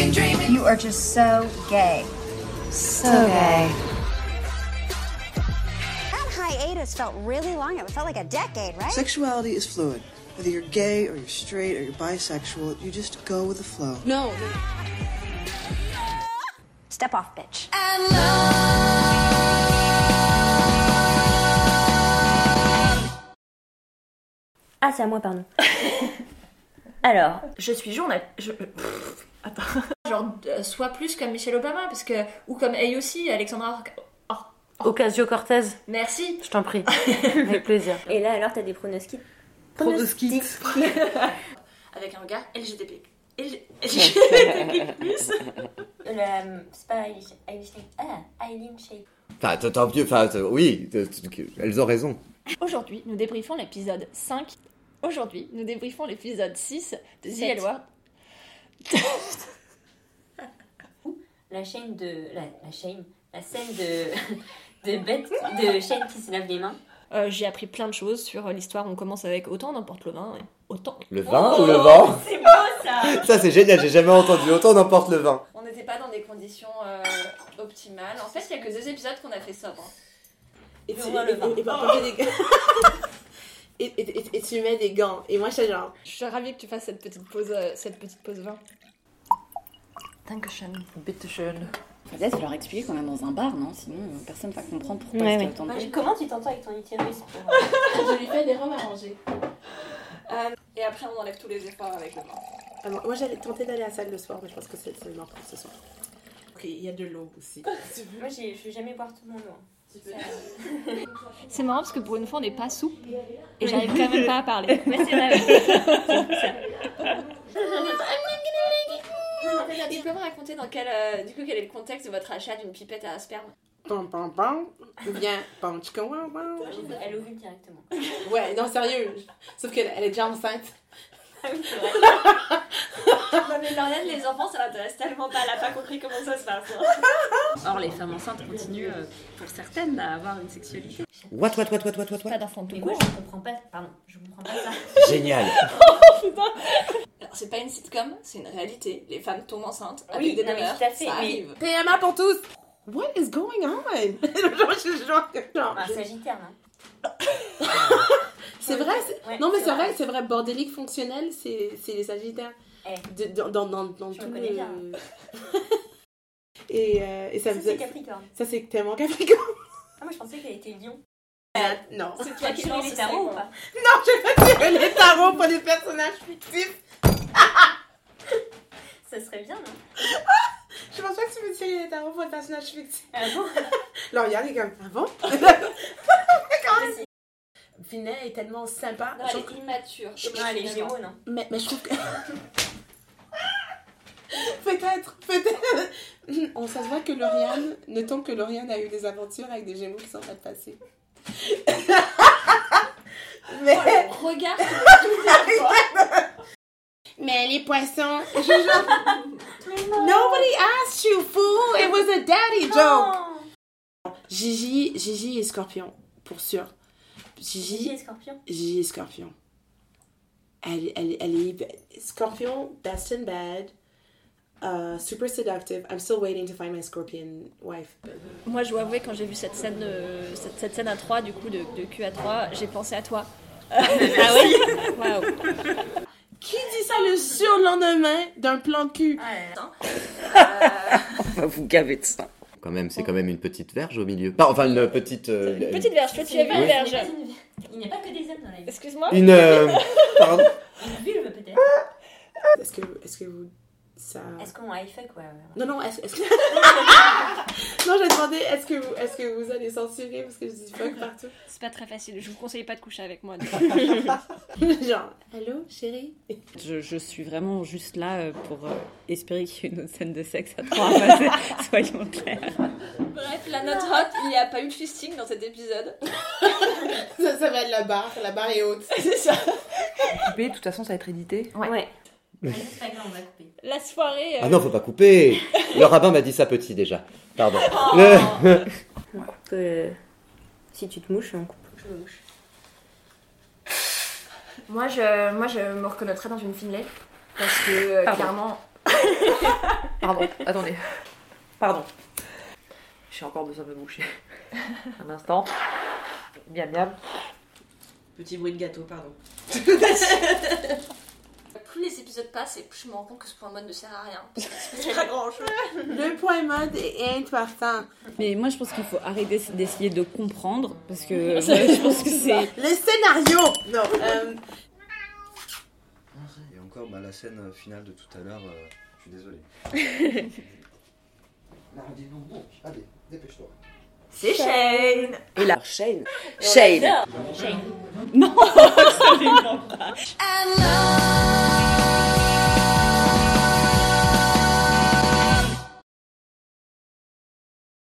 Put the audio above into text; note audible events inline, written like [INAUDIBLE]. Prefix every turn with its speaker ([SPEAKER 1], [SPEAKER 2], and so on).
[SPEAKER 1] You are just so gay.
[SPEAKER 2] So gay.
[SPEAKER 1] That hiatus felt really long. It felt like a decade, right?
[SPEAKER 3] Sexuality is fluid. Whether you're gay or you're straight or you're bisexual, you just go with the flow.
[SPEAKER 4] No.
[SPEAKER 1] Step off, bitch.
[SPEAKER 5] Ah, c'est à moi, [LAUGHS] pardon. Alors,
[SPEAKER 4] Je suis journaliste. Je... pff, attends.
[SPEAKER 6] [LAUGHS]
[SPEAKER 4] Genre, euh, soit plus comme Michelle Obama, parce que. Ou comme elle aussi, Alexandra. Or- Or-
[SPEAKER 2] Ocasio-Cortez,
[SPEAKER 4] Merci.
[SPEAKER 2] je
[SPEAKER 6] [LAUGHS]
[SPEAKER 2] t'en prie. Avec plaisir.
[SPEAKER 5] et là alors, t'as des pronostics
[SPEAKER 2] Pronostics.
[SPEAKER 4] Avec un gars LGTB. LGTB plus.
[SPEAKER 5] C'est pas Eileen Shake.
[SPEAKER 7] Enfin, t- tant mieux, enfin, t- oui, t- t- euh, elles ont raison.
[SPEAKER 6] [LAUGHS] Aujourd'hui, nous débriefons l'épisode 5. Aujourd'hui, nous débriefons l'épisode 6 de The L Word.
[SPEAKER 5] La chaîne de. La, la chaîne. La scène de. de [LAUGHS] bête. de chaîne qui se lave les mains.
[SPEAKER 6] Euh, J'ai appris plein de choses sur euh, l'histoire. On commence avec autant n'importe le vin. et Autant.
[SPEAKER 7] Le vin ou
[SPEAKER 6] Oh
[SPEAKER 7] le vent
[SPEAKER 5] C'est beau ça
[SPEAKER 7] Ça, c'est génial, j'ai jamais entendu. Autant n'emporte le vin.
[SPEAKER 6] On n'était pas dans des conditions optimales. Ah, En fait, il n'y a que deux épisodes qu'on a fait sobre.
[SPEAKER 8] Et tu,
[SPEAKER 5] on voit le vin.
[SPEAKER 8] et- et par contre, j'ai des gants. Et, et- et- et tu mets des gants. Et moi, j'étais genre.
[SPEAKER 6] Je suis ravie que tu fasses cette petite pause, euh, cette petite pause vin.
[SPEAKER 9] Peut-être faut leur expliquer qu'on est dans un bar, non Sinon, euh, personne va comprendre pourquoi
[SPEAKER 2] Ouais,
[SPEAKER 9] est-ce qu'il y
[SPEAKER 2] ouais.
[SPEAKER 9] a autant de-
[SPEAKER 5] Mais Comment tu t'entends avec ton utérus pour, euh,
[SPEAKER 6] [LAUGHS] Je lui fais des rhums arrangés. et après, on enlève tous les efforts avec le vin.
[SPEAKER 8] Ah bon, moi, j'allais tenter d'aller à la salle le soir, mais je pense que c'est c'est mort pour ce soir. Ok, il y a de l'eau aussi.
[SPEAKER 5] Moi, j'ai- je vais jamais boire tout mon eau.
[SPEAKER 6] C'est marrant parce que pour une fois, on n'est pas souple. Et j'arrive quand même pas à parler.
[SPEAKER 5] Mais c'est vrai.
[SPEAKER 6] Tu peux me raconter dans quel, euh, du coup, quel est le contexte de votre achat d'une pipette à sperme
[SPEAKER 8] Pam, pam, pam. Ou bien, pam, tchika, wam, wam.
[SPEAKER 5] Elle ouvre directement.
[SPEAKER 8] Ouais, non, sérieux. Sauf qu'elle elle est déjà enceinte.
[SPEAKER 6] Ah
[SPEAKER 5] [LAUGHS]
[SPEAKER 6] Non mais Lauriane, les enfants, ça l'intéresse tellement pas. Elle a pas compris comment ça se passe. hein.
[SPEAKER 5] [LAUGHS]
[SPEAKER 9] Or, les femmes enceintes continuent, euh, pour certaines, à avoir une sexualité.
[SPEAKER 7] What, what, what, what, what, what, what
[SPEAKER 6] Pas d'enfant tout
[SPEAKER 5] Mais moi, je comprends pas. Pardon, je comprends pas ça.
[SPEAKER 7] Génial.
[SPEAKER 6] Alors c'est pas une sitcom, c'est une réalité. Les femmes tombent enceintes
[SPEAKER 5] Oui,
[SPEAKER 6] avec des
[SPEAKER 5] non, mais
[SPEAKER 6] demeures.
[SPEAKER 5] tout à fait,
[SPEAKER 6] Ça
[SPEAKER 5] mais-
[SPEAKER 6] arrive.
[SPEAKER 8] PMA pour tous! What is going on? [LAUGHS] Genre, je suis genre. genre,
[SPEAKER 5] Un
[SPEAKER 8] je-
[SPEAKER 5] sagittaire, hein.
[SPEAKER 8] C'est vrai, c'est-
[SPEAKER 5] Ouais,
[SPEAKER 8] non mais
[SPEAKER 5] c'est
[SPEAKER 8] c'est vrai, c'est vrai, bordélique fonctionnel, c'est c'est les sagittaires.
[SPEAKER 5] Eh.
[SPEAKER 8] De- dans dans, dans, dans
[SPEAKER 5] Tu me
[SPEAKER 8] tout
[SPEAKER 5] connais
[SPEAKER 8] le-
[SPEAKER 5] bien.
[SPEAKER 8] [LAUGHS] et, euh, et ça
[SPEAKER 5] Ça,
[SPEAKER 8] vous
[SPEAKER 5] c'est
[SPEAKER 8] a...
[SPEAKER 5] Capricorne.
[SPEAKER 8] Ça c'est tellement capricorne.
[SPEAKER 5] Ah, moi, je pensais qu'elle était lion.
[SPEAKER 8] Euh, non.
[SPEAKER 6] C'est
[SPEAKER 5] Tu as tué les tarots ou pas
[SPEAKER 8] Non, je vais tirer les tarots pour les personnages fictifs.
[SPEAKER 5] Ça serait bien, non
[SPEAKER 8] Je pense pas que tu veux tirer les tarots pour les personnages fictifs.
[SPEAKER 5] Ah bon [LAUGHS]
[SPEAKER 8] Lauriane est comme ah avant. [LAUGHS] Vinet est tellement sympa.
[SPEAKER 6] Non, elle est immature.
[SPEAKER 5] Non, elle est gémeaux, non
[SPEAKER 8] Mais, mais je trouve que. [LAUGHS] peut-être, peut-être. On ça se voit que Lauriane, notons que Lauriane a eu des aventures avec des gémeaux qui sont pas passés. [LAUGHS] mais,
[SPEAKER 6] Regarde.
[SPEAKER 8] [LAUGHS] mais les poissons. je- je- Nobody asked you, fool! It was a daddy joke! Gigi, Gigi est scorpion, pour sûr.
[SPEAKER 5] Gigi et Scorpion.
[SPEAKER 8] Gigi est Scorpion. Elle, elle, elle est hyper- Scorpion, best in bed, uh, super seductive. I'm still waiting to find my Scorpion wife.
[SPEAKER 6] Moi, je dois avouer quand j'ai vu cette scène, euh, cette, cette scène à 3 du coup de, de cul à 3, j'ai pensé à toi. [LAUGHS] ah oui. Waouh.
[SPEAKER 8] Qui dit ça le surlendemain d'un plan cul?
[SPEAKER 9] Vous gavez de ça.
[SPEAKER 7] Quand même, c'est quand même une petite verge au milieu. Pas- enfin, une petite. euh,
[SPEAKER 6] Une petite verge. Toi, tu avais une
[SPEAKER 7] Oui.
[SPEAKER 6] verge.
[SPEAKER 5] Il n'y a pas que des hommes dans la
[SPEAKER 6] [LAUGHS]
[SPEAKER 5] vie.
[SPEAKER 6] Excuse-moi.
[SPEAKER 7] Une. euh, pardon.
[SPEAKER 5] Une vulve, peut-être.
[SPEAKER 8] Est-ce que, est-ce que vous. Ça...
[SPEAKER 5] Est-ce qu'on high fuck Ouais, ouais. ouais.
[SPEAKER 8] Non, non, est-ce, est-ce que. non, j'ai demandé, est-ce que, [LAUGHS] vous, est-ce que vous allez censurer parce que je dis fuck partout? [LAUGHS]
[SPEAKER 6] C'est pas très facile. Je vous conseille pas de coucher avec moi.
[SPEAKER 8] Genre, allô, chérie?
[SPEAKER 9] [LAUGHS] Je, je suis vraiment juste là euh, pour euh, espérer qu'il y ait une autre scène de sexe à trois [LAUGHS] à passer, soyons clairs.
[SPEAKER 6] Bref, la note hot, il n'y a pas eu de fisting dans cet épisode.
[SPEAKER 8] Ça, ça va être la barre, la barre est haute.
[SPEAKER 6] C'est ça.
[SPEAKER 2] De toute façon, ça va être édité.
[SPEAKER 5] Ah, C'est pas grave, on va couper.
[SPEAKER 6] La soirée. euh,
[SPEAKER 7] Ah non, faut pas couper. Le rabbin m'a dit ça petit déjà. Pardon.
[SPEAKER 6] Oh.
[SPEAKER 5] On
[SPEAKER 2] coupe. euh, Si tu te mouches, hein. on coupe.
[SPEAKER 5] Je me mouche.
[SPEAKER 4] Moi je, moi, je me reconnaîtrais dans une Finlay. Parce que, euh,
[SPEAKER 2] Pardon.
[SPEAKER 4] clairement.
[SPEAKER 10] [LAUGHS] Pardon, attendez. Pardon. J'ai encore besoin de me boucher. Un instant. Miam miam.
[SPEAKER 11] Petit bruit de gâteau, pardon.
[SPEAKER 5] Plus les épisodes passent et plus je me rends compte que ce point mode ne sert à rien. Parce que c'est pas grand chose.
[SPEAKER 8] Le point mode est important.
[SPEAKER 2] Mais moi, je pense qu'il faut arrêter d'essayer de comprendre parce que moi, je pense que c'est.
[SPEAKER 8] Le scénario Non. euh,
[SPEAKER 7] Et encore, bah, la scène euh, finale de tout à l'heure, euh, je suis désolé. Lardez-nous, bon, allez, dépêche-toi.
[SPEAKER 5] C'est Shane
[SPEAKER 11] Et la Shane.
[SPEAKER 12] Shane.
[SPEAKER 11] Shane.
[SPEAKER 12] Shane.
[SPEAKER 2] Non, absolument pas.
[SPEAKER 13] I love